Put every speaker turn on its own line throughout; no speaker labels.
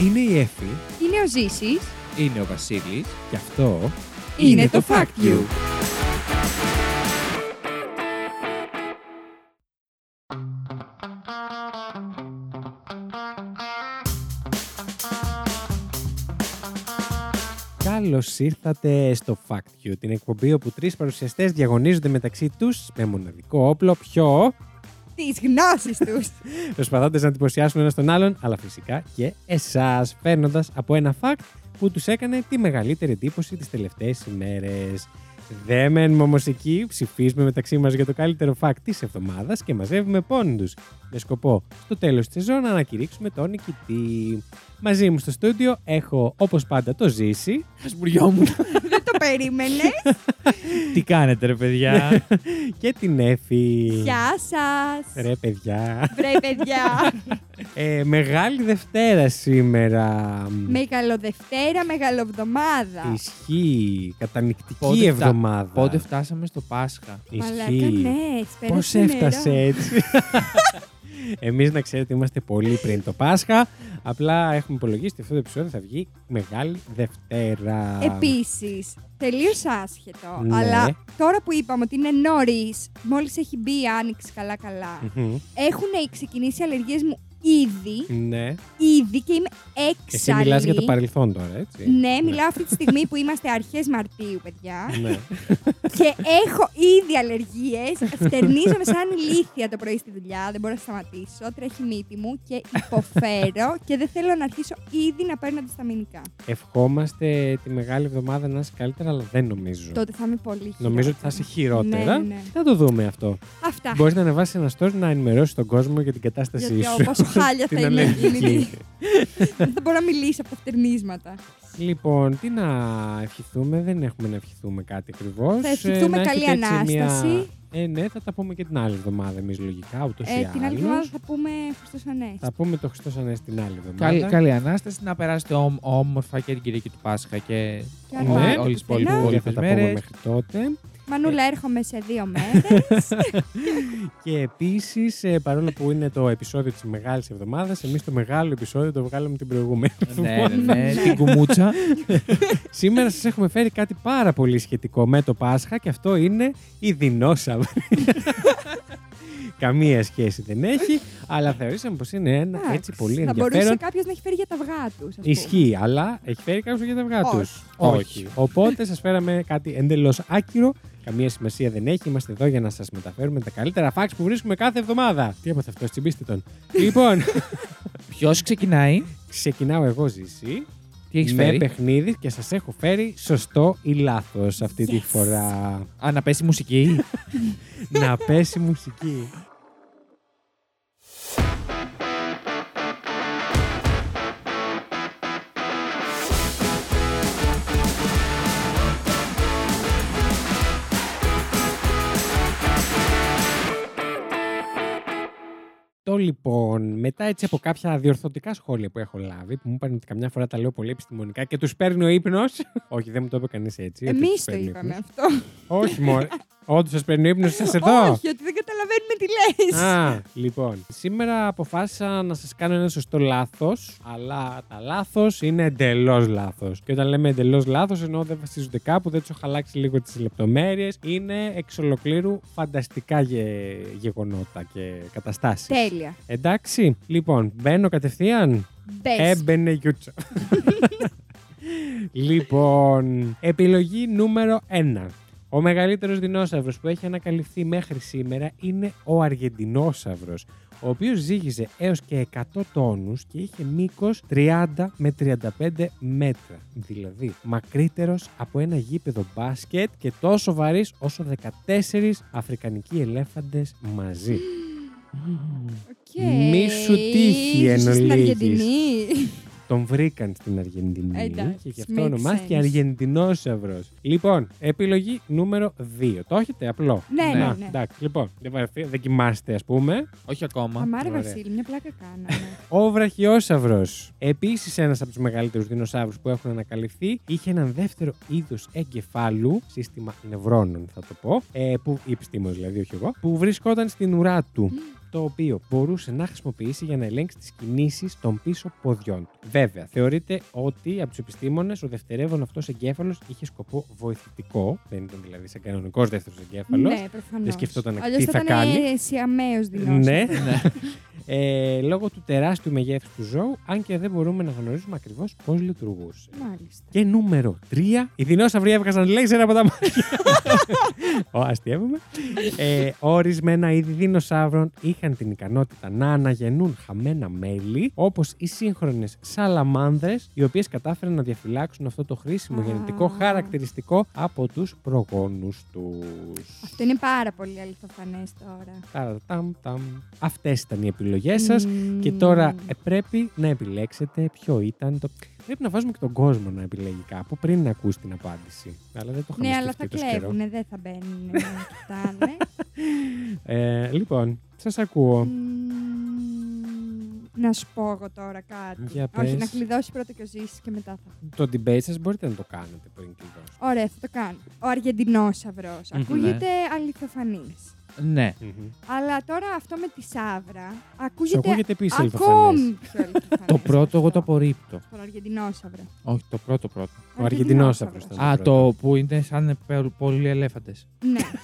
Είναι η Εφη,
Είναι ο Ζήσης.
είναι ο Βασίλης και αυτό
Είναι το Fact You.
Καλώς ήρθατε στο Fact You, την εκπομπή όπου τρεις παρουσιαστές διαγωνίζονται μεταξύ τους με μοναδικό όπλο πιο
Τις γνώσεις τους.
προσπαθώντας να εντυπωσιάσουν ένα τον άλλον, αλλά φυσικά και εσάς, παίρνοντα από ένα fact που τους έκανε τη μεγαλύτερη εντύπωση τις τελευταίες ημέρες. Δεν μένουμε όμως εκεί, ψηφίζουμε μεταξύ μας για το καλύτερο fact της εβδομάδας και μαζεύουμε πόντου. Με σκοπό στο τέλος της σεζόν να ανακηρύξουμε τον νικητή. Μαζί μου στο στούντιο έχω όπως πάντα το ζήσει.
Χασμουριόμουν.
Δεν το περίμενες.
Τι κάνετε, ρε
Ναι.
παιδιά.
και την Εφη.
Γεια σας.
Ρε παιδιά.
Βρε παιδιά.
Ε, μεγάλη Δευτέρα σήμερα.
Μεγαλοδευτέρα, μεγαλοβδομάδα.
Ισχύει. Κατανοητική
Πότε φτα-
εβδομάδα.
Πότε φτάσαμε στο Πάσχα.
Μαλάκα, ναι, έτσι
Πώς
πέρασε η μέρα.
έφτασε έτσι. Εμείς να ξέρετε είμαστε πολύ πριν το Πάσχα. Απλά έχουμε υπολογίσει ότι αυτό το επεισόδιο θα βγει Μεγάλη Δευτέρα.
Επίσης, τελείως άσχετο,
Ναι.
αλλά τώρα που είπαμε ότι είναι νωρίς, μόλις έχει μπει η άνοιξη καλά-καλά,
Μμμ.
έχουν ξεκινήσει οι αλλεργίες μου ήδη,
Ναι.
ήδη και είμαι
Εσύ
έξαλλη.
μιλάς για το παρελθόν τώρα, έτσι.
Ναι, μιλάω αυτή τη στιγμή που είμαστε αρχές Μαρτίου, παιδιά.
Ναι.
και έχω ήδη αλλεργίες. Φτερνίζομαι σαν ηλίθια το πρωί στη δουλειά. Δεν μπορώ να σταματήσω. Τρέχει η μύτη μου και υποφέρω και δεν θέλω να αρχίσω ήδη να παίρνω αντισταμινικά.
Ευχόμαστε τη μεγάλη εβδομάδα να είσαι καλύτερα, αλλά δεν νομίζω.
Τότε θα είμαι πολύ χειρότερη.
Νομίζω ότι θα είσαι χειρότερα.
Ναι, ναι.
Θα το δούμε αυτό.
Αυτά.
Μπορείς να ανεβάσεις ένα story να ενημερώσεις τον κόσμο για την κατάστασή
Γιατί
σου.
ο, πόσο χάλια θα
Την
είναι
αλλεργική.
εκείνη. Δεν θα μπορώ να μιλήσω από τα φτερνίσματα.
Λοιπόν, τι να ευχηθούμε, δεν έχουμε να ευχηθούμε κάτι Ε, ακριβώς.
Θα ευχηθούμε καλή Ανάσταση.
Ε, ναι, θα τα πούμε και την άλλη εβδομάδα εμείς λογικά, ούτως ή
Ε, την άλλη
άλλως.
εβδομάδα θα πούμε Χριστός Ανέστη.
Θα πούμε το Χριστός Ανέστη την άλλη
Καλή,
εβδομάδα.
καλή ανάσταση να περάσετε όμ- όμορφα και την Κυριακή του Πάσχα και
Και
αν πάτε
όλες τις
πουθενά-
υπόλοιπες
Πολύ θα τα πούμε
μέρες.
μέχρι τότε. Ε.
Μανούλα, έρχομαι σε δύο μέρες.
Και επίσης, παρόλο που είναι το επεισόδιο της μεγάλης εβδομάδας, εμείς το μεγάλο επεισόδιο το βγάλαμε την προηγούμενη.
Ναι, ναι, ναι,
Ναι.
την κουμούτσα.
Σήμερα σας έχουμε φέρει κάτι πάρα πολύ σχετικό με το Πάσχα και αυτό είναι η δεινόσαυρη. Καμία σχέση δεν έχει, αλλά θεωρήσαμε πως είναι ένα
Εντάξει,
έτσι πολύ
Θα μπορούσε
ενδιαφέρον.
κάποιος να έχει φέρει για τα αυγά τους.
Ισχύει, αλλά έχει φέρει κάποιος για τα αυγά τους.
Όχι.
Όχι.
Οπότε σας φέραμε κάτι εντελώς άκυρο. Καμία σημασία δεν έχει. Είμαστε εδώ για να σας μεταφέρουμε τα καλύτερα φάξ που βρίσκουμε κάθε εβδομάδα. Τι έπαθε αυτός, τσιμπήστε τον. λοιπόν,
Ποιος ξεκινάει,
ξεκινάω εγώ, Ζήση.
τι έχεις
με
φέρει.
παιχνίδι και σας έχω φέρει σωστό ή λάθος αυτή τη
Yes.
φορά.
Α, να πέσει μουσική.
να πέσει μουσική. Το λοιπόν, μετά έτσι από κάποια διορθωτικά σχόλια που έχω λάβει, που μου είπαν ότι καμιά φορά τα λέω πολύ επιστημονικά και τους παίρνει ο ύπνος. Όχι, δεν μου το είπε κανείς έτσι. ότι
Εμεί
τους
το
παίρνει ο
είπαμε
ύπνος.
αυτό.
Όχι μόνο. Όντως σας παίρνει ο ύπνος, σας εδώ.
Όχι, ότι δεν καταλαβαίνουμε τι λες.
Α, λοιπόν. Σήμερα αποφάσισα να σας κάνω ένα σωστό λάθος, αλλά τα λάθος είναι εντελώς λάθος. Και όταν λέμε εντελώς λάθος, εννοώ δεν βασίζονται κάπου, δεν τους έχω αλλάξει λίγο τις λεπτομέρειες. Είναι εξ ολοκλήρου φανταστικά γε- γεγονότα και καταστάσεις.
Τέλεια.
Εντάξει, λοιπόν, μπαίνω κατευθείαν.
Μπες.
Έμπαινε γιούτσα. λοιπόν, επιλογή νούμερο 1. Ο μεγαλύτερος δεινόσαυρος που έχει ανακαλυφθεί μέχρι σήμερα είναι ο Αργεντινόσαυρος, ο οποίος ζύγιζε έως και 100 τόνους και είχε μήκος 30 με 35 μέτρα. Δηλαδή, μακρύτερος από ένα γήπεδο μπάσκετ και τόσο βαρύς όσο 14 Αφρικανικοί ελέφαντες μαζί. μη σου τύχει εν
Στην
ολίγης.
Αργεντινή.
Τον βρήκαν στην Αργεντινή
Εντάξει,
και γι'
makes
αυτό ονομάστηκε
sense.
Αργεντινόσαυρο. Λοιπόν, επιλογή νούμερο 2. Το έχετε απλό.
Ναι, ναι,
Να,
ναι.
Εντάξει, λοιπόν, δεν, βαρεθεί, δεν κοιμάστε, ας πούμε.
Όχι ακόμα.
Αμάρε
ωραία.
Βασίλη, μια πλάκα κάναμε.
Ο βραχιόσαυρο. Επίσης, ένας από τους μεγαλύτερους δεινοσαύρους που έχουν ανακαλυφθεί, είχε έναν δεύτερο είδος εγκεφάλου, σύστημα νευρώνων θα το πω, ε, που, η επιστήμος δηλαδή, όχι εγώ, που βρισκόταν στην ουρά του. το οποίο μπορούσε να χρησιμοποιήσει για να ελέγξει τις κινήσεις των πίσω ποδιών του. Βέβαια, θεωρείται ότι από τους επιστήμονες ο δευτερεύον αυτός εγκέφαλος είχε σκοπό βοηθητικό, δεν ήταν δηλαδή σε κανονικός δεύτερος εγκέφαλος.
Ναι, προφανώς.
Δεν σκεφτόταν
Αλλιώς
τι
θα
θα κάνει.
ήταν σιαμαίο δεινόσαυρος.
Ναι. ε, λόγω του τεράστιου μεγέθους του ζώου, αν και δεν μπορούμε να γνωρίζουμε ακριβώς πώς λειτουργούσε.
Μάλιστα.
Και νούμερο 3. Οι δεινόσαυροι έβγαζαν λέξερα από τα μάτια. Ο, αστείευομαι. ε, ορισμένα είδη δεινοσαύρων είχαν την ικανότητα να αναγεννούν χαμένα μέλη, όπως οι σύγχρονες σαλαμάνδρες, οι οποίες κατάφεραν να διαφυλάξουν αυτό το χρήσιμο
Α.
γενετικό χαρακτηριστικό από τους προγόνους τους.
Αυτό είναι πάρα πολύ αληθοφανές τώρα.
Αυτές ήταν οι επιλογές σας. Και τώρα ε, πρέπει να επιλέξετε ποιο ήταν το. Πρέπει να βάζουμε και τον κόσμο να επιλέγει κάπου πριν να ακούσει την απάντηση. Αλλά δεν το είχαμε
Ναι, αλλά θα
σκεφτεί τόσο καιρό. Λοιπόν.
κλέβουνε, δεν θα μπαίνουν να κοιτάνε.
Ε, λοιπόν, σας ακούω.
Μμμ, Να σου πω εγώ τώρα κάτι.
Για
Όχι,
πες.
να κλειδώσει πρώτα και ο Ζήσης και μετά θα.
Το debate σας μπορείτε να το κάνετε πριν κλειδώσετε.
Ωραία, θα το κάνω. Ο αργεντινόσαυρος
Μμμ, ναι.
Ακούγεται αληθοφανής.
Ναι.
Αλλά τώρα αυτό με τη Σάβρα
Σου
ακούγεται
ακούγεται επίσης
ακόμη πιο αληθοφανές.
Το πρώτο εγώ το
πω.
απορρίπτω.
Τον αργεντινόσαυρο.
Όχι, το πρώτο πρώτο.
Ο αργεντινόσαυρος ήταν.
Α,
πρώτο.
το που είναι σαν πε- πολλοί ελέφαντες.
Ναι.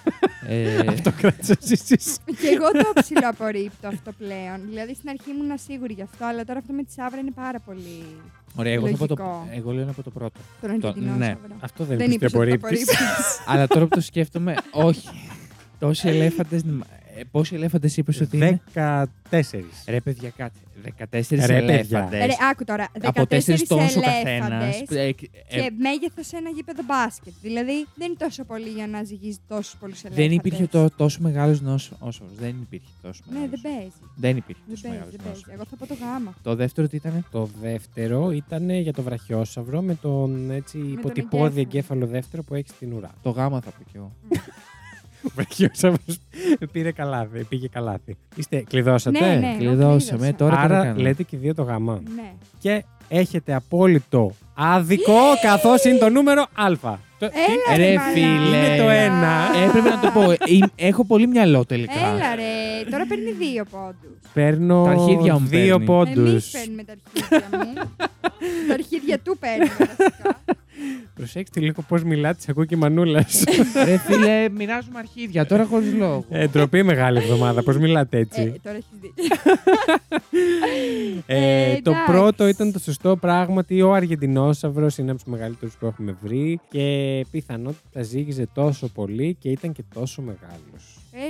Ε,
Το κράτησα εσείς.
Και εγώ το ψηλό απορρίπτω αυτό πλέον. Δηλαδή στην αρχή ήμουν σίγουρη γι' αυτό, αλλά τώρα αυτό με τη Σάβρα είναι πάρα πολύ.
Ωραία, εγώ, θα πω το,
Λογικό.
εγώ λέω να πω το πρώτο.
Τον
Το- ναι.
αργεντινόσαυρο.
Αυτό δεν,
Δεν
είναι
είπες ότι το
απορρίπτεις.
απορρίπτεις.
Αλλά τώρα που το σκέφτομαι, όχι. Τόσοι ελέφαντες. Πόσοι ελέφαντες είπες ότι είναι.
14.
Ρε παιδιά, κάτσε. 14
Ρε, παιδιά.
ελέφαντες.
Ρε, άκου τώρα. 14
Από 4 τόνους ο ε, καθένας.
ελέφαντες Και μέγεθος σε ένα γήπεδο μπάσκετ. Δηλαδή δεν είναι τόσο πολύ για να ζυγίζει τόσους πολλούς ελέφαντε.
Δεν υπήρχε το, τόσο μεγάλος νόσος. Δεν υπήρχε τόσο
Ναι,
μεγάλος.
δεν παίζει.
δεν υπήρχε
Δεν
τόσο
παίζει,
μεγάλος
δεν παίζει. Εγώ
νόσο.
θα πω το γάμα.
Το δεύτερο τι ήταν.
Το δεύτερο ήταν για το βραχιόσαυρο με τον έτσι, υποτυπώδη
εγκέφαλο.
εγκέφαλο δεύτερο που έχει στην ουρά.
Το γάμα θα πω κι εγώ.
Ο βραχιόσαυρο πήρε καλάθι, πήγε καλάθι. Είστε, κλειδώσατε.
Ναι, ναι.
Κλειδώσαμε
κλείδωσα.
τώρα. τι να
Άρα
κάνουμε.
λέτε και οι δύο το γαμά.
Ναι.
Και έχετε απόλυτο άδικο, καθώς είναι το νούμερο Α. Το-
Έλα,
Ρε,
Ε, ρε,
φίλε.
Είναι το ένα. Ε,
μαλάκα.
Έπρεπε να το πω. Ε, Έχω πολύ μυαλό τελικά.
Έλα ρε, τώρα παίρνει δύο πόντους.
Παίρνω
Τα αρχίδια μου
δύο
παίρνει.
πόντους.
Εμείς παίρνουμε τα αρχίδια μου. τα αρχίδια του παίρνουμε. βασικά.
Προσέξτε λίγο πώς μιλάτε, ακούω και η μανούλα.
Ρε φίλε, μοιράζουμε αρχίδια τώρα χωρίς λόγο.
ε, ντροπή μεγάλη εβδομάδα, πώς μιλάτε
ε,
έτσι.
τώρα έχεις δει.
Ε,
ε,
το
εντάξει.
πρώτο ήταν το σωστό πράγματι. Ο Αργεντινόσαυρος είναι από τους μεγαλύτερους που έχουμε βρει και πιθανότητα ζήγιζε τόσο πολύ και ήταν και τόσο μεγάλος.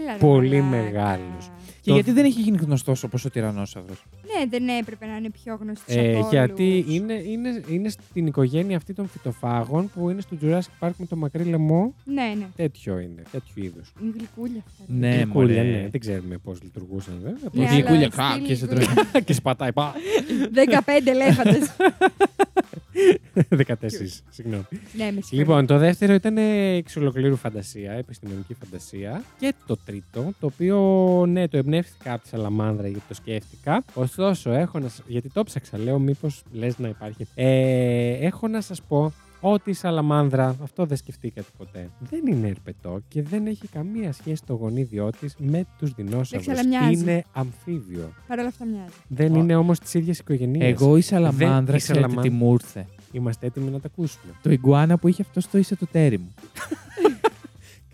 Έλα, ρε,
Πολύ
μαλάκα.
μεγάλος.
Και γιατί δεν έχει γίνει γνωστός όπως ο τυρανόσαυρο.
Ναι, δεν έπρεπε να είναι πιο γνωστή.
Ε, γιατί είναι, είναι, είναι στην οικογένεια αυτή των φυτοφάγων που είναι στο Jurassic Park με το μακρύ λαιμό.
Ναι, ναι.
Τέτοιο είναι, τέτοιου είδου.
Είναι γλυκούλια αυτά.
Ναι,
Γλυκούλια,
μωρέ.
ναι. Δεν ξέρουμε πώς λειτουργούσαν, βέβαια.
Ναι,
Η
Πώς-
αλλά
γλυκούλια
στη
χα, και σε τρώει.
γλυκούλια.
και σπατάει, πά.
15 ελέφαντε.
14, συγγνώμη.
ναι, με συγχωρείτε.
Λοιπόν, το δεύτερο ήταν ε, εξ ολοκλήρου φαντασία, επιστημονική φαντασία. Και το τρίτο, το οποίο ναι, το εμπνεύστηκα από τη Σαλαμάνδρα γιατί το σκέφτηκα. Ωστόσο, έχω να. σ- Γιατί το ψάξα, λέω, μήπως λες να υπάρχει. Ε, έχω να σας πω ότι η Σαλαμάνδρα, αυτό δεν σκεφτήκατε ποτέ, δεν είναι ερπετό και δεν έχει καμία σχέση το γονίδιό της με τους δεινόσαυρους.
αλλά μοιάζει.
Είναι αμφίβιο.
Παρ' όλα αυτά μοιάζει.
Δεν
Ω.
είναι όμως της ίδιας οικογένεια.
Εγώ η
Δεν-
σαλαμάνδρα
η
ξέρετε
σαλαμάν-
τι μου ήρθε.
Είμαστε έτοιμοι να τα ακούσουμε.
Το ιγκουάνα που είχε αυτό στο ίσα το τέρι μου.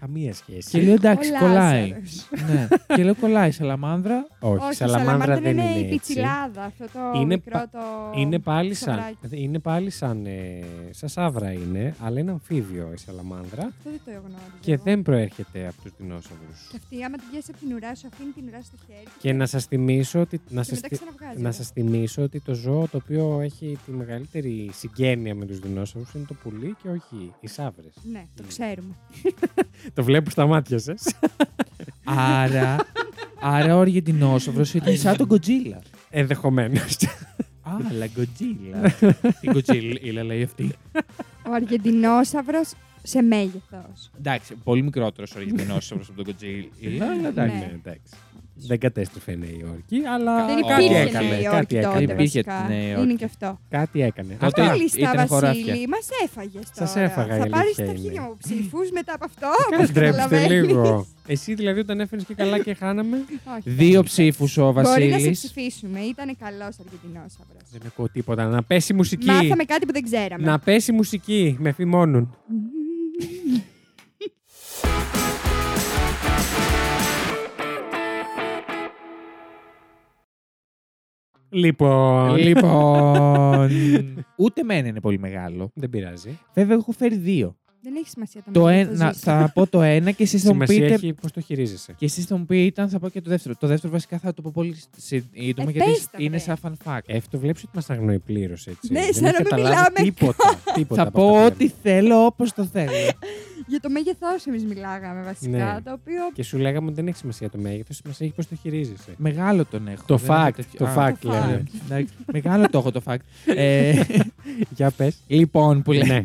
Καμία σχέση.
Και λέω εντάξει,
Ο
κολλάει.
Λάζαρος.
ναι. Και λέω κολλάει η σαλαμάνδρα.
Όχι, η
Όχι,
Σαλαμάνδρα δεν είναι.
η
έτσι.
πιτσιλάδα, αυτό το
Είναι
μικρό
πα-
το.
Είναι πάλι σαν,
ψαυράκι.
είναι πάλι σαν, ε, σαν σαύρα είναι, αλλά είναι αμφίβιο η σαλαμάνδρα
Αυτό δεν το γνώριζα.
και
εγώ.
δεν προέρχεται από τους δεινόσαυρους.
Και αυτή, άμα την πιάσεις από την ουρά σου, αφήνει την ουρά στο χέρι. Και,
Και να σας θυμίσω ότι, να σας,
μετά
θυ-
ξαναβγάζει.
να σας θυμίσω ότι το ζώο το οποίο έχει τη μεγαλύτερη συγγένεια με τους δεινόσαυρους είναι το πουλί και όχι οι σαύρες.
Ναι, το ξέρουμε.
το βλέπω στα μάτια σας.
Άρα, άρα ο Αργεντινόσαυρος ήταν σαν τον Κοτζίλα.
Ενδεχομένως.
Α, αλλά Κοτζίλα. Την Κοτζίλα λέει αυτή.
Ο Αργεντινόσαυρος σε μέγεθος.
Εντάξει, πολύ μικρότερος ο Αργεντινόσαυρος από τον Κοτζίλα. Αλλά
Ναι.
εντάξει.
εντάξει. Δεν κατέστρεφε η Νέα Υόρκη, αλλά
Δεν
κάτι
υπήρχε
έκανε,
Νέα
κάτι
Υόρκη
έκανε.
τότε.
Υπήρχε
βασικά.
Νέα Υόρκη.
Είναι και αυτό.
Κάτι έκανε.
Τότε
Αυτά.
Μάλιστα,
ήταν
Βασίλη,
χωράφια.
μας έφαγες τώρα.
Σας έφαγα, η
Θα πάρεις
αλήθεια
τα
είναι.
χέρια μου ψήφους μετά από αυτό.
Κάνε
όπως
ντρέψτε
καταλαβαίνεις.
λίγο. Εσύ δηλαδή όταν έφερες και καλά και χάναμε.
Όχι.
Δύο ψήφους ο
Μπορεί να σε
Βασίλης.
ψηφίσουμε. Ήταν καλός Αργεντινόσαυρος.
Δεν ακούω τίποτα. Να πέσει η μουσική.
Μάθαμε κάτι που δεν ξέραμε.
Να πέσει η μουσική με φημόνουν. Λοιπόν.
Ε. Λοιπόν. Ούτε μένα είναι πολύ μεγάλο.
Δεν πειράζει.
Βέβαια, έχω φέρει δύο.
Δεν έχει σημασία το
Το
μέλλον,
ένα,
ζεις.
θα πω το ένα και εσεί θα μου
Σημασία
πείτε.
έχει πώς το χειρίζεσαι.
Και εσεί θα μου πείτε αν θα πω και το δεύτερο. Το δεύτερο βασικά θα το πω πολύ σύντομα
Ε,
γιατί
πες τα,
είναι
ρε.
σαν fun fact.
Ε, το βλέπεις ότι μας αγνοεί πλήρως έτσι.
Ναι,
Δεν
σαν να
έχει
μην
καταλάβει
μιλάμε
Τίποτα. τίποτα
Θα
από αυτά
πω
που
ό,τι
λέμε.
θέλω όπως το θέλω.
Για το μέγεθός εμείς μιλάγαμε βασικά.
Ναι.
Το οποίο.
Και σου λέγαμε ότι δεν έχει σημασία το μέγεθος, σημασία έχει πώς το χειρίζεσαι.
Μεγάλο τον έχω.
Το
δεν έχω
fact.
τέτοιο-
Το
Α,
fact
το
λέμε.
fact.
εντάξει. Μεγάλο το έχω το fact. Ε,
Για πες.
Λοιπόν, που λένε.
Ναι.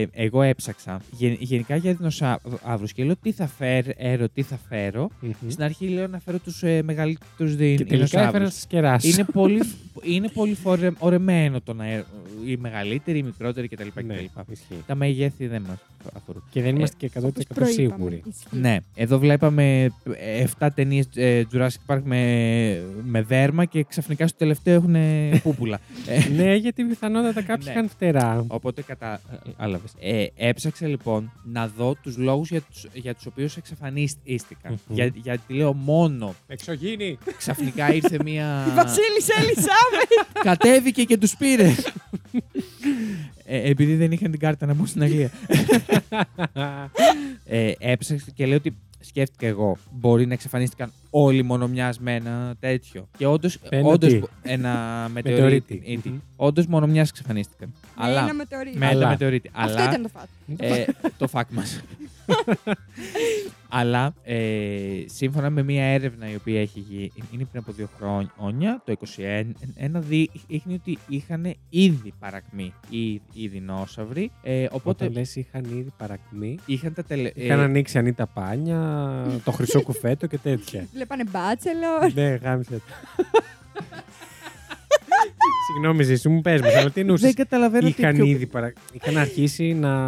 Ε, εγώ έψαξα γεν- γενικά για δεινοσαύρου και λέω τι θα φέρω, τι θα φέρω.
Μμμ.
Στην αρχή λέω να φέρω τους ε, μεγαλύτερους
Και τελικά έφερα να
δεινοσαύρου.
σα κεράσω.
Είναι πολύ, είναι πολύ φορε- ωραμένο το να ε, οι μεγαλύτεροι, οι μικρότεροι κτλ.
Ναι,
κτλ.
ισχύει.
Τα μεγέθη δεν μας αφορούν.
Και δεν
Ε,
είμαστε και 100%
όπως προείπαμε,
σίγουροι.
ισχύει.
Ναι, εδώ βλέπαμε 7 ταινίε Jurassic Park με, με δέρμα και ξαφνικά στο τελευταίο έχουν πούπουλα. Ε,
ναι, γιατί πιθανότατα κάποιοι
Ναι.
είχαν φτερά.
Οπότε κατάλαβε. Ε, έψαξα λοιπόν να δω τους λόγους για τους για τους οποίους εξαφανίστηκα.
Μμμ.
Για, γιατί λέω μόνο
Εξωγήινη!
ξαφνικά ήρθε μία.
Η Βασίλισσα Ελισάβετ.
κατέβηκε και τους πήρε. ε, επειδή δεν είχαν την κάρτα να μπουν
Ναι,
στην Αγγλία. ε, έψαξα και λέω ότι σκέφτηκα εγώ. Μπορεί να εξαφανίστηκαν όλοι μόνο μια με ένα τέτοιο. Και όντως.
ένα τι?
Ένα
Μετεωρίτη.
μετεωρίτη. Όντω μόνο μια εξαφανίστηκαν. Αλλά.
Ένα μετεωρίτη.
Με
Αλλά.
ένα μετεωρίτη.
Αυτό
Αλλά.
ήταν το φάτι.
ε, το φακ μας. Αλλά ε, σύμφωνα με μια έρευνα η οποία έχει γίνει είναι πριν από δύο χρόνια, το 2021, δείχνει ότι είχαν ήδη παρακμή οι, οι δεινόσαυροι. Ε, οπότε
Όταν λες, είχαν ήδη παρακμή.
είχαν τα τελε...
Είχαν
ε,
ανοίξει ανή τα πάνια, το χρυσό κουφέτο και τέτοια.
Βλέπανε μπάτσελο.
ναι, γάμισε. το. Συγγνώμη, Ζήση, μου πες μας, αλλά τι εννοούσες.
δεν καταλαβαίνω τι
Είχαν
πιο-
ήδη παρα... είχαν αρχίσει να,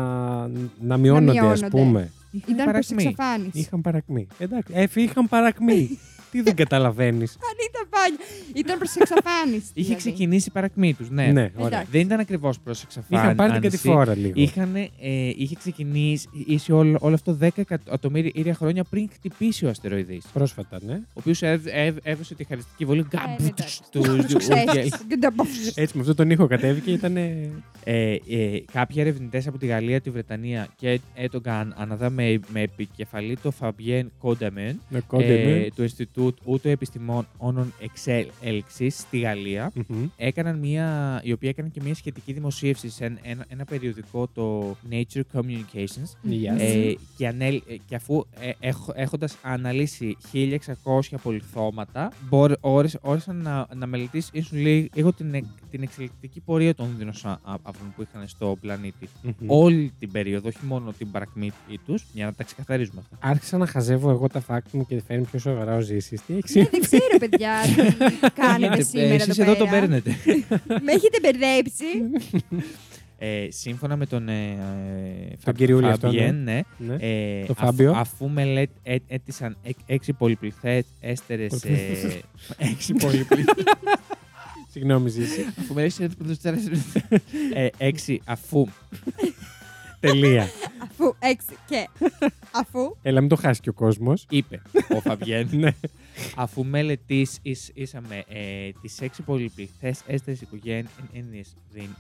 να μειώνονται, ας
μειώνονται.
πούμε.
είχαν
Ήταν προς
παρακμή.
εξαφάνιση.
Είχαν παρακμή. Εντάξει, έφη, είχαν παρακμή. τι δεν καταλαβαίνεις.
Αν ήταν πάλι. Ήταν προς εξαφάνιση.
Είχε
δηλαδή.
ξεκινήσει η παρακμή τους, ναι.
ναι, ωραία.
Εντάξει.
Δεν ήταν ακριβώς προς εξαφάνιση.
Είχαν πάρει την κατηφόρα λίγο.
Είχαν, ε, είχε ξεκινήσει είχε όλο, όλο αυτό 10 εκατομμύρια χρόνια πριν χτυπήσει ο αστεροειδής.
Πρόσφατα, ναι.
ο οποίος έδωσε τη χαριστική βολή
Ε,
γκάμπ
εντάξει.
τους
Τους ξέρεις. Και τα πω.
Έτσι, με αυτόν τον ήχο κατέβηκε, ήταν. ε,
ε, ε, Κάποιοι ερευνητές από τη Γαλλία, τη Βρετανία και έτογκαν αναδά με, με επικεφαλή το Φαμπιέν Κόνταμεν
Με κόντε
του Ινστιτούτου Επιστημόνων Εξέλιξη στη Γαλλία.
με.
Έκαναν μια, η οποία έκανε και μια σχετική δημοσίευση σε ένα, ένα- ένα περιοδικό, το Nature Communications,
Γεια
Ε,
σας.
Ε, και, ανέλ- ε, και αφού ε, έχ- έχοντας αναλύσει 1600 απολυθώματα, μπορ- όρις- όρισαν να, να μελετήσουν λί- λίγο την, εκ- την εξελικτική πορεία των δεινοσαύρων που είχαν στο πλανήτη.
Μμμ.
Όλη την περίοδο, όχι μόνο την παρακμή τους, για να τα ξεκαθαρίζουμε αυτά.
Άρχισα να χαζεύω εγώ τα fact μου και φέρνει πιο σοβαρά ο Ζήσης. Τι
Ναι,
έχεις
δεν ξέρω, παιδιά, τι κάνετε
Ε,
σήμερα.
Εσείς εδώ τον
πέρα.
παίρνετε.
Με έχετε μπερδέψει.
Ε, σύμφωνα με τον. Ε, ε,
Τον
Φα-
κυριούλη αυτό,
Φαμπιέν,
ναι.
ναι,
ναι.
Ε,
Το
αφού-
Φάμπιο.
αφού μελέτησαν έξι πολυπληθέστερε.
Πολυπληθές.
Έξι πολυπληθές.
Συγγνώμη, Ζήση.
αφού μελέτησαν ε, Έξι αφού.
Τελεία.
Αφού έξι και αφού.
Έλα, μην το χάσει και ο κόσμος.
Είπε ο Φαβιέν.
ναι.
αφού μελετήσαμε ε, τις έξι πολυπληθέστερε οικογένειε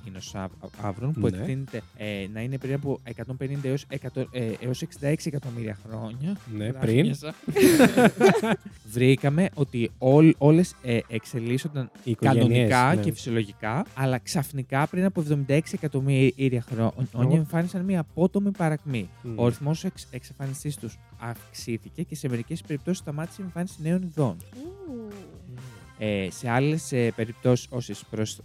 δεινοσαύρων που
Ναι.
εκτείνεται ε, να είναι πριν από 150 έω ε, 66 εκατομμύρια χρόνια.
ναι, πριν.
Γράφιασα. Βρήκαμε ότι όλ, όλες ε, εξελίσσονταν
Οι οικογένειες,
κανονικά
ναι.
και φυσιολογικά, αλλά ξαφνικά πριν από 76 εκατομμύρια
Ω.
χρόνια εμφάνισαν μια απότομη παρακμή.
Μμ.
Ο αριθμός εξ, εξαφανιστή τους αυξήθηκε και σε μερικές περιπτώσεις σταμάτησε η εμφάνισης νέων ειδών. Ε, σε άλλες ε, περιπτώσεις, όσε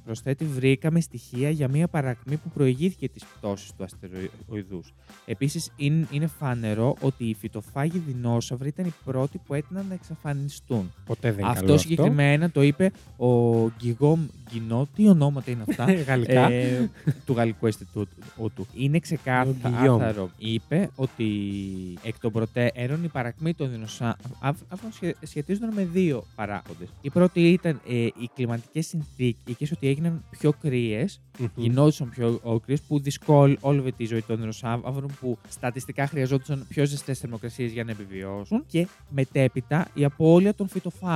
προσθέτει, βρήκαμε στοιχεία για μια παρακμή που προηγήθηκε τη πτώση του αστεροειδού. Επίσης, είναι, είναι φανερό ότι οι φυτοφάγοι δεινόσαυροι ήταν οι πρώτοι που έτειναν να εξαφανιστούν.
Ποτέ δεν είναι
αυτό
καλό
συγκεκριμένα το είπε ο Γκυγόμ Γκινό. Τι ονόματα είναι αυτά.
αυτό. Γαλλικά.
ε, του Γαλλικού Ινστιτούτου. Είναι
Ο Guillaume.
ξεκάθαρο. Είπε ότι εκ των προτέρων η παρακμή των δεινοσαύρων σχε- σχετίζονταν με δύο παράγοντες. Η πρώτη ήταν ε, οι κλιματικές συνθήκες, ότι έγιναν πιο κρύες,
Μμμ.
γινόντουσαν πιο κρύε, που δυσκόλευε τη ζωή των δεινοσαύρων, που στατιστικά χρειαζόντουσαν πιο ζεστές θερμοκρασίες για να επιβιώσουν. Και μετέπειτα η απώλεια των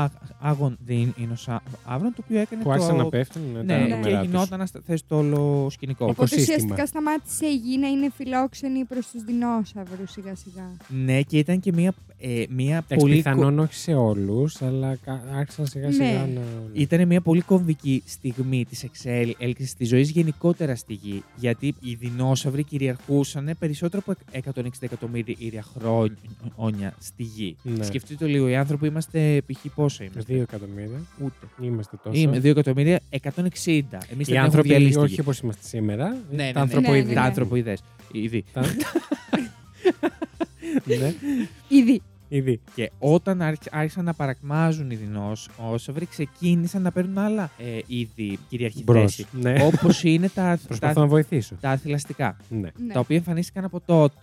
φυτοφάγων δεινοσαύρων, το οποίο έκανε
Που
το,
άρχισαν να πέφτουν με τα
ναι,
νούμερα
και
νούμερα τους.
γινόταν ασταθέ το όλο σκηνικό.
Όπως-
Οπότε
οικοσύστημα.
ουσιαστικά σταμάτησε η γη να είναι φιλόξενη προς τους δεινόσαυρους σιγά σιγά.
Ναι, και ήταν και μία, ε, μία
Εντάξει,
πολύ.
πιθανόν όχι σε όλους, αλλά κα- άρχισαν σιγά σιγά
Ναι.
να.
Ήταν μια πολύ κομβική στιγμή της εξέλιξη της ζωής γενικότερα στη γη. Γιατί οι δεινόσαυροι κυριαρχούσαν περισσότερο από 160 εκατομμύρια χρόνια στη γη.
Ναι.
Σκεφτείτε το λίγο, οι άνθρωποι είμαστε π.χ. πόσα είμαστε.
Δύο εκατομμύρια.
Ούτε.
Είμαστε τόσο.
Είμαι 2 εκατομμύρια 160. Εμείς
Οι
δεν έχουμε
άνθρωποι,
διαλύσει. τη γη.
όχι όπως είμαστε σήμερα.
Ναι,
τα
ναι, ναι.
ανθρωποειδή.
Ναι, ναι,
Τα
ναι.
ανθρωποειδές. Ήδη.
ναι.
Ήδη.
Ήδη.
Και όταν άρχι- άρχισαν να παρακμάζουν οι δεινόσαυροι, ξεκίνησαν να παίρνουν άλλα ε, είδη κυριαρχή
Μπρος.
θέση.
Ναι.
Όπως είναι τα,
Προσπαθώ
τα,
να βοηθήσω.
τα θηλαστικά,
Ναι.
Ναι.
τα οποία εμφανίστηκαν από τότε.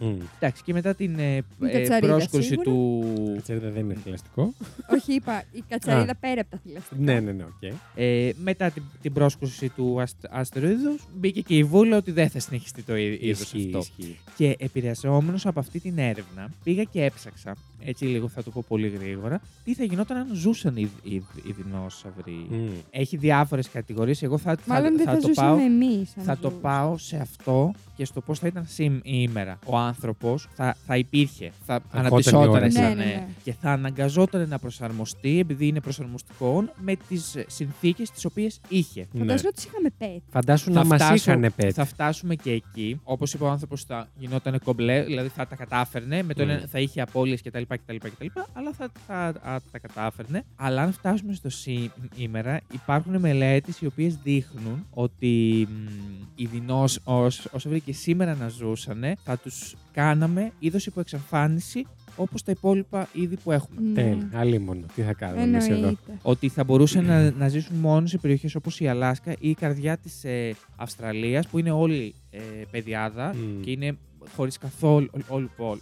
Μμ.
Εντάξει, και μετά την ε,
Με
ε,
κατσαρίδα,
πρόσκοση
σίγουρα.
του.
Κατσαρίδα δεν είναι θηλαστικό.
Όχι, είπα η κατσαρίδα πέρα από τα θηλαστικά.
ναι, ναι, ναι, οκ.
Ε, μετά την, την πρόσκοση του ασ- αστεροειδούς, μπήκε και η βούλα ότι δεν θα συνεχιστεί το είδος
Ισχύει,
αυτό.
ισχύει.
Και επηρεαζόμενος από αυτή την έρευνα, πήγα και έψαξα, έτσι λίγο θα το πω πολύ γρήγορα, τι θα γινόταν αν ζούσαν οι, οι, οι δεινόσαυροι.
Μμ.
έχει διάφορες κατηγορίες. Εγώ θα, θα,
Μάλλον δεν
θα
θα,
το πάω.
ζούσαμε εμεί.
Θα το πάω σε αυτό και στο πώς θα ήταν σήμερα. Ο άνθρωπος θα, θα υπήρχε, θα
Ερχόταν η ώρα.
αναπτυσσόταν σαν,
Ναι, ναι, ναι.
και θα αναγκαζόταν να προσαρμοστεί, επειδή είναι προσαρμοστικό, με τις συνθήκες τις οποίες είχε.
Ναι.
Φαντάζομαι ότι τους είχαμε πέτει.
Φαντάσου να μας
φτάσω-
είχαν πέτει.
θα φτάσουμε και εκεί. Όπως είπε ο άνθρωπος, θα γινόταν κομπλέ, δηλαδή θα τα κατάφερνε. Με το
Μμμ.
ένα θα είχε απώλειες κτλ, κτλ, κτλ. Αλλά θα, θα, α, τα κατάφερνε. Αλλά αν φτάσουμε στο σήμερα, υπάρχουν μελέτες οι οποίες δείχνουν ότι μ, οι δεινός όσο βρήκε σήμερα να ζούσανε, θα τους κάναμε είδος υποεξαφάνιση όπως τα υπόλοιπα είδη που έχουμε.
Ναι.
Τέλει. Ε, Αλίμονο. Τι θα κάνουμε εμείς εδώ.
Εννοείται.
Ότι θα μπορούσαν να, να ζήσουν μόνο σε περιοχές όπως η Αλάσκα ή η καρδιά της ε, Αυστραλίας, που είναι όλη ε, πεδιάδα
Μμ.
και είναι χωρίς καθόλου όλη πόλη.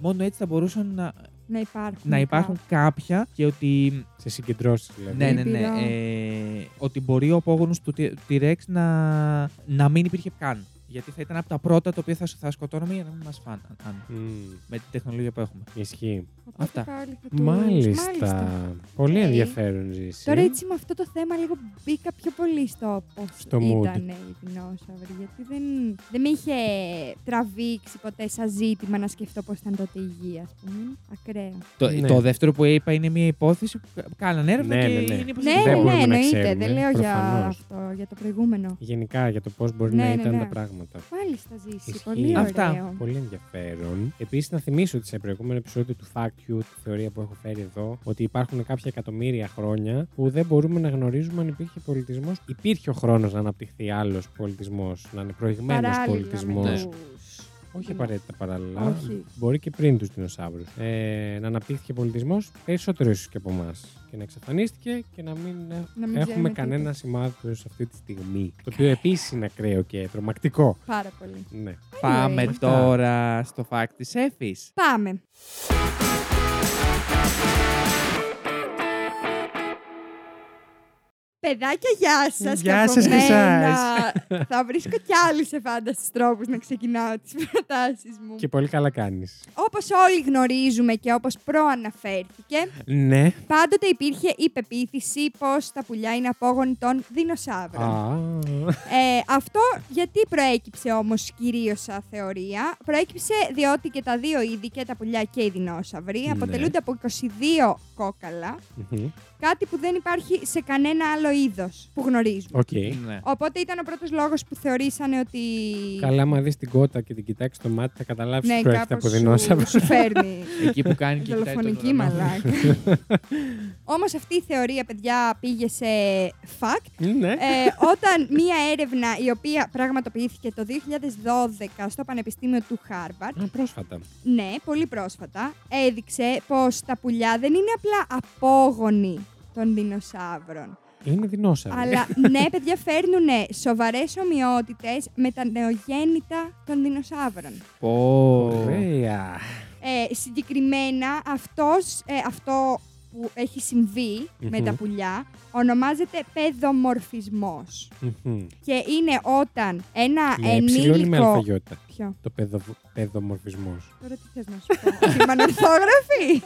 Μόνο έτσι θα μπορούσαν να,
Να υπάρχουν.
να υπάρχουν κάποια και ότι.
Σε συγκεντρώσεις δηλαδή.
Ναι, ναι, ναι.
Ήπειρο.
ε, ότι μπορεί ο απόγονος του T- T-Rex να, να μην υπήρχε καν. Γιατί θα ήταν από τα πρώτα τα οποία θα, θα σκοτώνουμε για να μην μας φάνε.
Μμ.
Με την τεχνολογία που έχουμε.
Ισχύει.
Οπότε
Αυτά.
πάλι θα τους- Ε, Μάλιστα.
Μάλιστα. Πολύ
Οκ.
ενδιαφέρον ζήσει.
Τώρα έτσι με αυτό το θέμα λίγο μπήκα πιο πολύ στο πώς
Στο mood.
ήταν η δεινόσαυρη. Γιατί δεν, δεν με είχε τραβήξει ποτέ σαν ζήτημα να σκεφτώ πώς ήταν τότε η γη, ας πούμε. Ακραίο.
Το,
Ναι.
το δεύτερο που είπα είναι μια υπόθεση που κα- κάνανε έρευνα
Ναι,
και
ναι, ναι.
είναι υποθετική.
Ναι,
δεν
ναι,
μπορούμε να
εννοείται.
ξέρουμε,
Δεν λέω για
προφανώς.
αυτό, για το προηγούμενο.
Γενικά για το πώς μπορεί
Ναι,
να
ναι,
ήταν
ναι.
τα πράγματα.
Μάλιστα, ζήσει.
Ισχύει.
Πολύ ωραίο.
Αυτά.
Πολύ ενδιαφέρον. Επίσης, να θυμίσω ότι σε προηγούμενο επεισόδιο του Fact You, τη θεωρία που έχω φέρει εδώ, ότι υπάρχουν κάποια εκατομμύρια χρόνια που δεν μπορούμε να γνωρίζουμε αν υπήρχε πολιτισμός. Υπήρχε ο χρόνος να αναπτυχθεί άλλος πολιτισμός, να είναι προηγμένος
Παράλληλα με
πολιτισμός.
Ναι.
τους-
Όχι
Ναι.
απαραίτητα παράλληλα.
Όχι.
Μπορεί και πριν τους δεινοσαύρους. Ε, να αναπτύχθηκε πολιτισμός περισσότερο ίσως και από εμάς. Και να εξαφανίστηκε και να μην, ε,
Να μην
έχουμε
ξέρουμε
κανένα
τίποτα.
σημάδι του έως αυτή τη στιγμή. Το οποίο επίσης είναι ακραίο και τρομακτικό.
Πάρα πολύ.
Ναι.
Πάμε
Anyway.
τώρα στο fact της Εφης.
Πάμε. Παιδάκια, γεια σας.
Γεια σας και σας.
Θα βρίσκω κι άλλους εφάνταστου τρόπους να ξεκινάω τις προτάσεις μου.
Και πολύ καλά κάνεις.
Όπως Όπω όλοι γνωρίζουμε και όπως προαναφέρθηκε,
Ναι.
πάντοτε υπήρχε η πεποίθηση πως τα πουλιά είναι απόγονοι των δεινοσαύρων.
Α,
Ε, αυτό γιατί προέκυψε όμως κυρίως σαν θεωρία. Προέκυψε διότι και τα δύο είδη, και τα πουλιά και οι δεινόσαυροι,
Ναι.
αποτελούνται από 22 κόκαλα.
μμμ.
Κάτι που δεν υπάρχει σε κανένα άλλο μεγάλο είδος που γνωρίζουμε.
Οκ.
Ναι.
Οπότε ήταν ο πρώτος λόγος που θεωρήσανε ότι.
Καλά, άμα δεις την κότα και την κοιτάξεις το μάτι, θα καταλάβεις
ναι,
που έρχεται
κάπως
από
σου,
δεινόσαυρο.
σου φέρνει
Εκεί που κάνει και κοιτάει τον
δολοφονική
ουρανό.
μαλάκα. Όμως αυτή η θεωρία, παιδιά, πήγε σε fact
ναι.
ε, όταν μία έρευνα η οποία πραγματοποιήθηκε το 2012 στο Πανεπιστήμιο του Χάρβαρτ,
Α, πρόσφατα.
ναι, πολύ πρόσφατα, έδειξε πως τα πουλιά δεν είναι απλά απόγονοι των δεινοσαύρων.
Είναι δεινόσαυρο.
αλλά ναι, παιδιά, φέρνουν σοβαρές ομοιότητες με τα νεογέννητα των δεινοσαύρων.
Πω.
Ωραία.
Ε, συγκεκριμένα, αυτός, ε, αυτό που έχει συμβεί με
Μμμ.
τα πουλιά ονομάζεται παιδομορφισμός.
Μμμ. και
Και είναι όταν ένα
Με
Ε, ενήλικο...
εψιλόν ή ε με αλφαγιώτα.
Ποιο,
Το παιδο... παιδομορφισμός.
τώρα τι θες να σου πω. Σήμαν ορθόγραφη.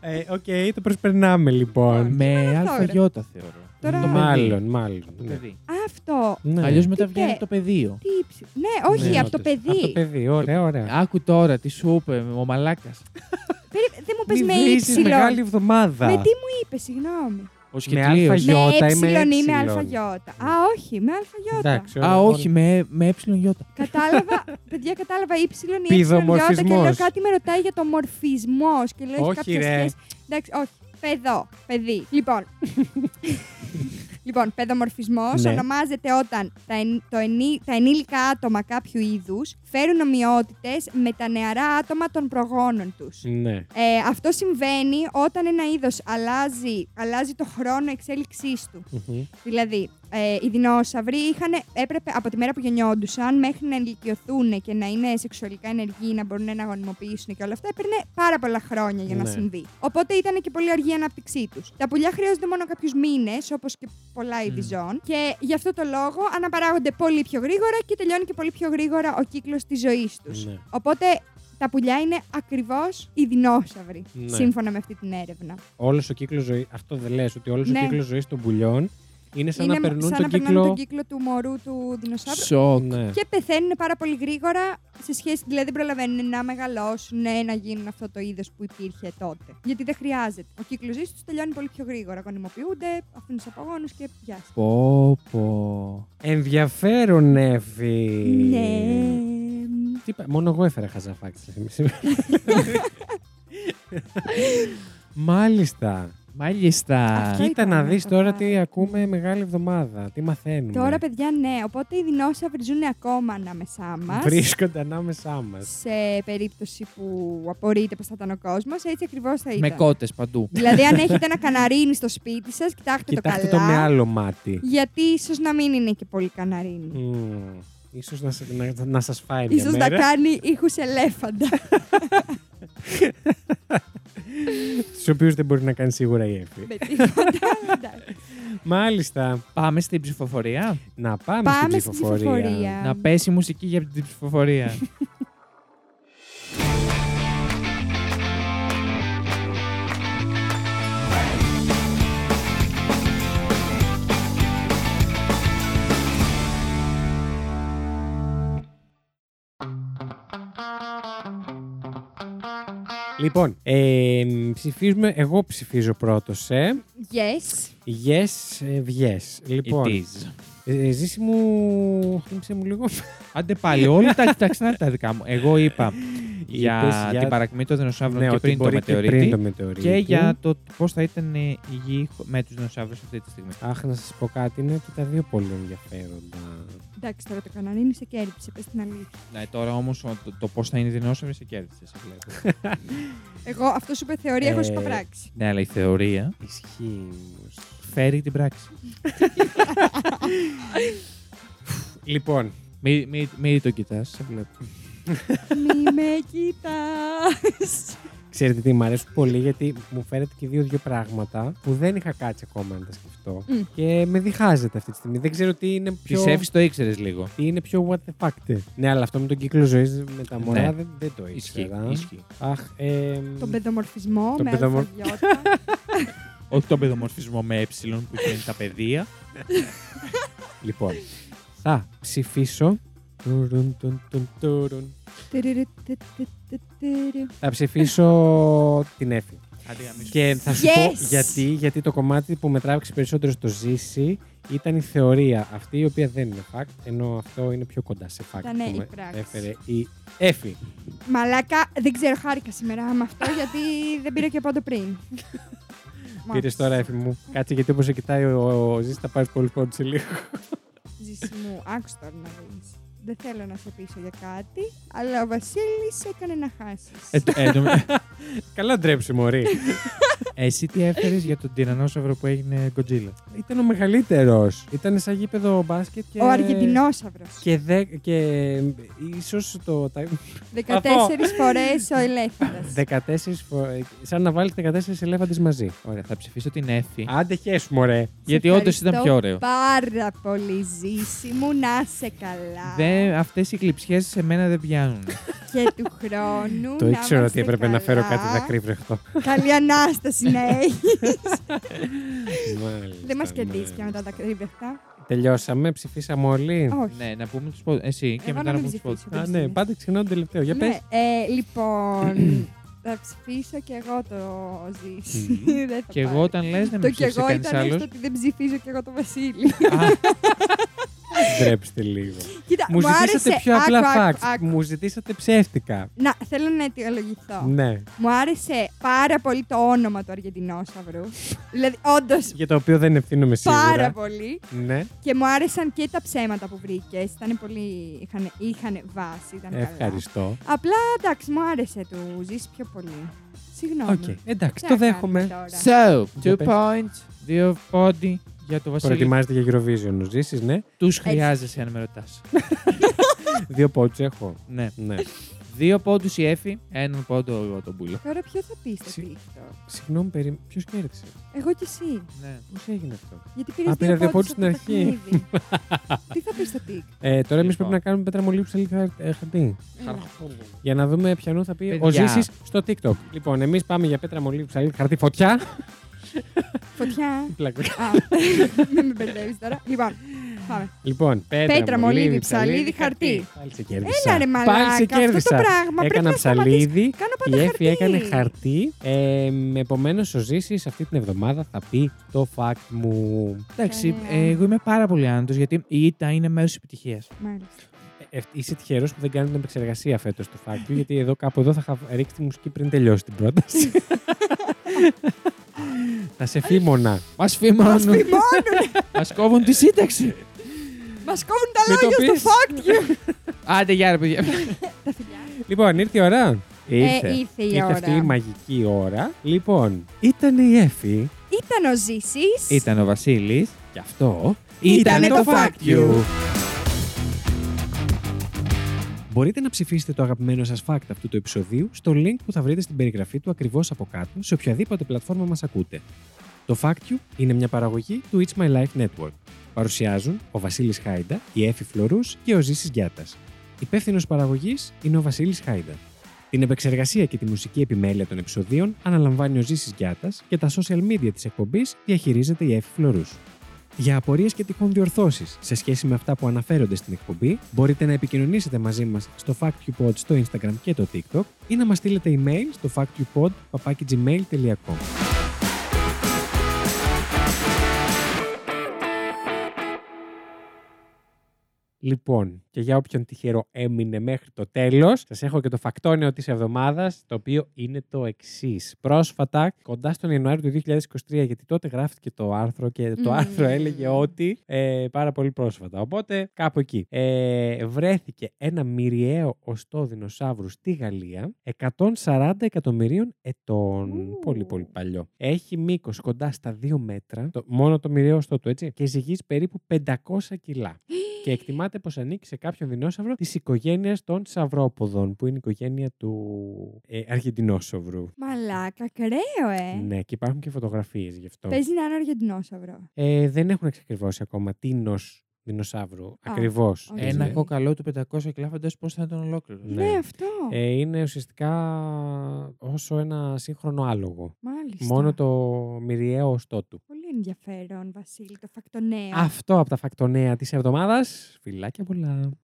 Ε, Οκ, το προσπερνάμε λοιπόν.
Με
αυτό, ρε.
αλφαγιώτα θεωρώ.
Τώρα-
Το
μάλλον,
μάλλον.
μάλλον. ναι.
Αυτό.
Ναι.
Αλλιώς μετά
Τι
βγαίνει
πε-
το πεδίο.
Τι ψη- Ναι, όχι,
Ναι,
από το
όντως. Από το
παιδί.
παιδί, ωραία, ωραία.
Άκου τώρα τι σου είπε ο μαλάκας.
Περί- Δεν μου πες
Μη
με
βρήσεις
ύψιλον.
μεγάλη εβδομάδα.
Με τι μου είπες, συγγνώμη.
Ο
αλφαγιώτα.
σχετλίο.
Με
Γιώτα ή με
έψιλον ή με
ύψιλον.
αλφαγιώτα. Α, όχι, με αλφαγιώτα.
Εντάξει,
Α,
όλα-
όχι, με, με έψιλον γιώτα.
Κατάλαβα, παιδιά, κατάλαβα ύψιλον ή έψιλον και λέω
Πηδομορφισμός.
κάτι με ρωτάει για το μορφισμός και λέω έχει
Όχι,
κάποια
ρε.
σχέση. Εντάξει, όχι. Παιδό, παιδί. Λοιπόν, λοιπόν παιδομορφισμός
Ναι.
ονομάζεται όταν τα, εν- το ενή- τα ενήλικα άτομα κάποιου είδους φέρουν ομοιότητες με τα νεαρά άτομα των προγόνων τους.
Ναι.
Ε, αυτό συμβαίνει όταν ένα είδος αλλάζει, αλλάζει το χρόνο εξέλιξής του.
Μμμ.
Δηλαδή, ε, οι δεινόσαυροι είχαν, έπρεπε από τη μέρα που γεννιόντουσαν μέχρι να ηλικιωθούν και να είναι σεξουαλικά ενεργοί, να μπορούν να γονιμοποιήσουν και όλα αυτά, έπαιρνε πάρα πολλά χρόνια για να
Ναι.
συμβεί. Οπότε ήταν και πολύ αργή η ανάπτυξή τους. Τα πουλιά χρειάζονται μόνο κάποιους μήνες, όπως και πολλά είδη
Μμμ.
ζώων. Και γι' αυτό το λόγο αναπαράγονται πολύ πιο γρήγορα και τελειώνει και πολύ πιο γρήγορα ο κύκλος της ζωής τους.
Ναι.
Οπότε τα πουλιά είναι ακριβώς οι δεινόσαυροι,
Ναι.
σύμφωνα με αυτή την έρευνα.
Όλος ο κύκλος ζωή. Αυτό δεν λες, ότι όλος
Ναι.
ο κύκλος ζωής των πουλιών είναι Ε, σαν να περνούν
σαν
τον
να περνάνε
κύκλο.
τον κύκλο του μωρού του δεινοσαύρου.
Σοκ.
Ναι.
Και πεθαίνουν πάρα πολύ γρήγορα σε σχέση, δηλαδή δεν προλαβαίνουν να μεγαλώσουν, να γίνουν αυτό το είδος που υπήρχε τότε. Γιατί δεν χρειάζεται. Ο κύκλος ζωής τους τελειώνει πολύ πιο γρήγορα. Γονιμοποιούνται, αφήνουν τους απαγόνου και γεια σας.
Πω, πω.
Ενδιαφέρον, Εύη.
Ναι.
Τι είπα, μόνο εγώ έφερα χαζαφάκι σήμερα. Μάλιστα.
Μάλιστα.
Αυτό
Κοίτα
ήταν
να
αυτό
δεις
το
τώρα
πράγμα.
τι ακούμε μεγάλη εβδομάδα, τι μαθαίνουμε.
Τώρα, παιδιά, ναι. Οπότε οι δεινόσαυροι ζουν ακόμα ανάμεσά μας.
Βρίσκονται ανάμεσά μας.
Σε περίπτωση που απορείτε πως θα ήταν ο κόσμος, έτσι ακριβώς θα
Με
ήταν.
κότες παντού.
Δηλαδή, αν έχετε ένα καναρίνι στο σπίτι σας, κοιτάξτε,
Κοιτάξτε το
καλά.
με άλλο μάτι.
Γιατί ίσως να μην είναι και πολύ καναρίνι.
Μμμ. Ίσως να, σε- να, να σας φάει μια
Ίσως να
μέρα.
κάνει ήχους ελέφαντα.
Τους οποίους δεν μπορεί να κάνει σίγουρα η Εύη.
με τίποτα. Εντάξει.
Μάλιστα.
Πάμε στην ψηφοφορία.
Να πάμε,
Πάμε
στην
στην
ψηφοφορία.
ψηφοφορία.
Να πέσει η μουσική για την ψηφοφορία.
Λοιπόν, ε, ψηφίζουμε, εγώ ψηφίζω πρώτος, ε.
Yes.
Yes, ε, yes.
It
Λοιπόν,
is.
ε, ζήση μου, θύμισε μου λίγο.
Άντε πάλι, όλα τα τα ξανά τα δικά μου. Εγώ είπα
Είπες
για
για-
την παρακμή των δεινοσαύρων
Ναι,
και
ότι
πριν το
μπορεί και πριν το
μετεωρίτη.
μετεωρίτη.
Και για το πώς θα ήταν ε, η γη χω- με τους δεινοσαύρους αυτή τη στιγμή.
Αχ, να σας πω κάτι, είναι και τα δύο πολύ ενδιαφέροντα.
Εντάξει, τώρα το καναρίνι σε κέρδισε, πες την αλήθεια.
Ναι, τώρα όμως το, το πώς θα είναι οι δεινόσαυροι σε κέρδισε. σε βλέπω.
Εγώ αυτό σου είπε θεωρία, εγώ σου είπα
Ε,
πράξη.
ναι, αλλά η θεωρία
Ισχύει. όμως.
φέρει την πράξη.
Λοιπόν,
Μην μη, μη το κοιτάς.
Μη με κοιτάς.
ξέρετε τι, μου αρέσουν πολύ γιατί μου φέρετε και δύο-δύο πράγματα που δεν είχα κάτσει ακόμα να τα σκεφτώ.
Μμ.
Και με διχάζετε αυτή τη στιγμή. Δεν ξέρω τι είναι πιο.
Πιστεύει το ήξερες λίγο.
Τι είναι πιο what the fuck. Ναι, αλλά αυτό με τον κύκλο ζωής με τα μωρά
Ναι.
δεν, δεν το
Ισχύει.
ήξερα.
ισχύει.
Αχ, εμ,
Τον παιδομορφισμό
Τον
με
παιδομορ-
αλφαβιώτα.
Όχι τον παιδομορφισμό με ε που είναι τα παιδεία.
Λοιπόν, θα ψηφίσω. Τουρουν, τουν, τουν, τουρουν.
Τυρυρι, τε, τε, τε, τε, τε.
Θα ψηφίσω την Εφη.
Αντί να μη σου-
Και θα σου
Yes!
πω γιατί, γιατί το κομμάτι που με τράβηξε περισσότερο στο ζήσει ήταν η θεωρία αυτή, η οποία δεν είναι fact, ενώ αυτό είναι πιο κοντά σε fact
Ήτανε
που
η
με
πράξη.
έφερε η Εφη.
Μαλάκα, δεν ξέρω, χάρηκα σήμερα με αυτό γιατί δεν πήρα και πόντο πριν.
Πήρε τώρα, Εφη μου. Κάτσε γιατί όπω σε κοιτάει ο, ο Ζήσης, θα πάρει πολύ πόντου σε λίγο.
Ζήση μου, άκουσε τώρα να δεις. Δεν θέλω να σε πείσω για κάτι, αλλά ο Βασίλης έκανε να χάσεις.
Ε, ε, το- ε,
Καλά ντρέψει, Μωρή.
Εσύ τι έφερες για τον τυρανόσαυρο που έγινε Godzilla.
ήταν ο μεγαλύτερος. Ήταν σαν γήπεδο μπάσκετ και.
Ο Αργεντινόσαυρος.
ε, Και, δε, και ίσως το, τα,
14 φορές ο Ελέφαντας.
14 φο- Σαν να βάλεις 14 ελέφαντες μαζί.
Ωραία, θα ψηφίσω την Εφη.
Άντε χες μωρέ.
Γιατί όντως ήταν
ευχαριστώ
πιο ωραίο.
Πάρα πολύ ζήση μου, να σε καλά.
Δε, αυτές οι κλειψιές σε μένα δεν πιάνουν.
Και του χρόνου.
Το
να
ήξερα ότι
είμαστε
έπρεπε να φέρω
καλά.
κάτι δακρύβρεχτο.
Καλή ανάσταση να έχεις.
Μάλιστα,
Δεν μας κερδίζει
ναι.
πια μετά τα κρύβεχτα.
Τελειώσαμε, ψηφίσαμε όλοι.
Όχι.
ναι, να πούμε τους πόντους. Εσύ και
Εγώ να
μετά να
μην
πούμε τους πόντους.
ψηφίσω.
Α,
δεν
ναι,
ψήφισα.
πάντα ξεκινάω τελευταίο. Για
Ναι,
πες.
ε, λοιπόν, θα ψηφίσω και εγώ το ζήσει. Δεν θα
Και εγώ
πάρω.
όταν
Ε,
λες
Το
να με
κι
ψήφισε
εγώ
κανείς
ήταν
άλλος.
αυτό ότι δεν ψηφίζω και εγώ το Βασίλη.
Α,
Ντρέψτε λίγο.
Κοίτα,
Μου ζητήσατε
άρεσε-
πιο απλά
άκου, άκου,
facts.
άκου.
Μου ζητήσατε ψεύτικα.
Να, θέλω να αιτιολογηθώ.
Ναι.
Μου άρεσε πάρα πολύ το όνομα του Αργεντινόσαυρου. δηλαδή, όντως
Για το οποίο δεν ευθύνομαι
πάρα
σίγουρα.
πολύ.
Ναι.
Και μου άρεσαν και τα ψέματα που βρήκες. Ήταν πολύ. είχαν, είχαν βάση. Ήταν καλά.
Ευχαριστώ.
Απλά εντάξει, μου άρεσε του ζήσει πιο πολύ. Συγγνώμη.
Οκ. Εντάξει,
Τι
το
να κάνουμε
δέχομαι.
τώρα.
So,
Για
two
πες.
points, δύο πόντι για το Βασίλη.
Προετοιμάζεται για Eurovision ο Ζήσης, ναι.
Τους χρειάζεσαι αν με ρωτάς.
Δύο πόντους έχω.
ναι.
Ναι.
Δύο πόντους η Εφη, έναν πόντο εγώ τον Μπούλο.
Τώρα ποιο θα πεις στο
Συ-
TikTok.
Συγγνώμη, περί... ποιος κέρδισε.
Εγώ και εσύ.
Ναι.
Πώς έγινε αυτό.
Γιατί
Α,
πήρε
πήρα
δύο
δύο
πόντους
πόντους
από το
στην αρχή.
παιχνίδι. Τι θα πεις στο TikTok.
Ε, τώρα εμείς
Λοιπόν.
πρέπει να κάνουμε πέτρα μολύβου ψαλίδι χα- ε, χαρτί.
Ναι.
Για να δούμε ποιανού θα πει ο
Παιδιά.
Ζήσης στο TikTok. Λοιπόν, εμείς πάμε για πέτρα μολύβου ψαλίδι χαρτί φωτιά.
Φωτιά.
Πλάκα.
Α, μην με μπερδεύεις τώρα. Λοιπόν, πάμε.
λοιπόν, πέτρα,
Πέτρα, μολύβι, ψαλίδι, χαρτί.
Πάλι σε κέρδισα.
Έλα ρε
Πάλι σε
μαλάκα, αυτό το
κέρδισα.
πράγμα πρέπει
Έκανα
να σταματήσεις.
ψαλίδι.
Κάνω
Η
πάντα χαρτί.
Εφη έκανε χαρτί. Ε, Επομένως, ο Ζήσης αυτή την εβδομάδα θα πει το fact μου.
Εντάξει,
Ωραία.
ε, εγώ είμαι πάρα πολύ άνετος γιατί η ήττα είναι μέρος της επιτυχίας.
Μάλιστα.
Ε, ε, είσαι τυχερός που δεν κάνεις την επεξεργασία φέτος το fact you, γιατί εδώ κάπου εδώ θα χα- ρίξει τη μουσική πριν τελειώσει την πρόταση. θα σε φήμωνα.
Μας
Μα
φημώνουν,
φημώνουν,
μας κόβουν τη σύνταξη.
μας κόβουν τα
Μην το
λόγια
πεις.
στο fuck you.
Άντε γεια ρε παιδιά.
Λοιπόν, ήρθε η ώρα.
Ε, ήρθε η
Ήρθε αυτή η
ώρα.
μαγική ώρα. Λοιπόν, ήταν η Εφη.
Ήταν ο Ζήσης.
Ήταν ο Βασίλης.
Και αυτό
Ήτανε το Fact You.
Μπορείτε να ψηφίσετε το αγαπημένο σας fact αυτού του επεισοδίου στο link που θα βρείτε στην περιγραφή του ακριβώς από κάτω σε οποιαδήποτε πλατφόρμα μας ακούτε. Το Fact You είναι μια παραγωγή του It's My Life Network. Παρουσιάζουν ο Βασίλης Χάιντα, η Εφη Φλωρούς και ο Ζήσης Γιάτας. Υπεύθυνος παραγωγής είναι ο Βασίλης Χάιντα. Την επεξεργασία και τη μουσική επιμέλεια των επεισοδίων αναλαμβάνει ο Ζήσης Γιάτας και τα social media της εκπομπής διαχειρίζεται η Εφη Φλωρούς. Για απορίες και τυχόν διορθώσεις σε σχέση με αυτά που αναφέρονται στην εκπομπή, μπορείτε να επικοινωνήσετε μαζί μας στο FactUpod στο Instagram και το TikTok ή να μας στείλετε email στο factupod.gmail.com. Λοιπόν, και για όποιον τυχερό έμεινε μέχρι το τέλος, σας έχω και το φακτόνιο της εβδομάδας, το οποίο είναι το εξής. Πρόσφατα, κοντά στον Ιανουάριο του 2023, γιατί τότε γράφτηκε το άρθρο και το
Μμμ.
άρθρο έλεγε ότι. ε, πάρα πολύ πρόσφατα. Οπότε, κάπου εκεί. Ε, βρέθηκε ένα μυριαίο οστό δεινοσαύρου στη Γαλλία, 140 εκατομμυρίων ετών.
Ου.
Πολύ, πολύ παλιό. Έχει μήκος κοντά στα 2 μέτρα, το, μόνο το μοιραίο οστό του, έτσι, και ζυγίζει περίπου 500 κιλά και εκτιμάται πως ανήκει σε κάποιον δεινόσαυρο της οικογένειας των Σαυρόποδων, που είναι η οικογένεια του ε, Αργεντινόσαυρου.
Μαλάκα, κραίο, ε.
Ναι, και υπάρχουν και φωτογραφίες γι' αυτό.
Παίζει να είναι αργεντινόσαυρο.
Ε, δεν έχουν εξακριβώσει ακόμα τι νοο δεινοσαύρου ακριβώς.
οκ.
Ένα
Ναι.
κόκαλό του 500 κιλά φαντάζομαι πώς θα ήταν ολόκληρος.
Ναι.
Ναι, αυτό.
Ε, είναι ουσιαστικά όσο ένα σύγχρονο άλογο.
Μάλιστα.
Μόνο το μυριαίο οστό του.
Πολύ ενδιαφέρον, Βασίλη, το φακτονέο.
Αυτό από τα φακτονέα της εβδομάδας. Φιλάκια πολλά.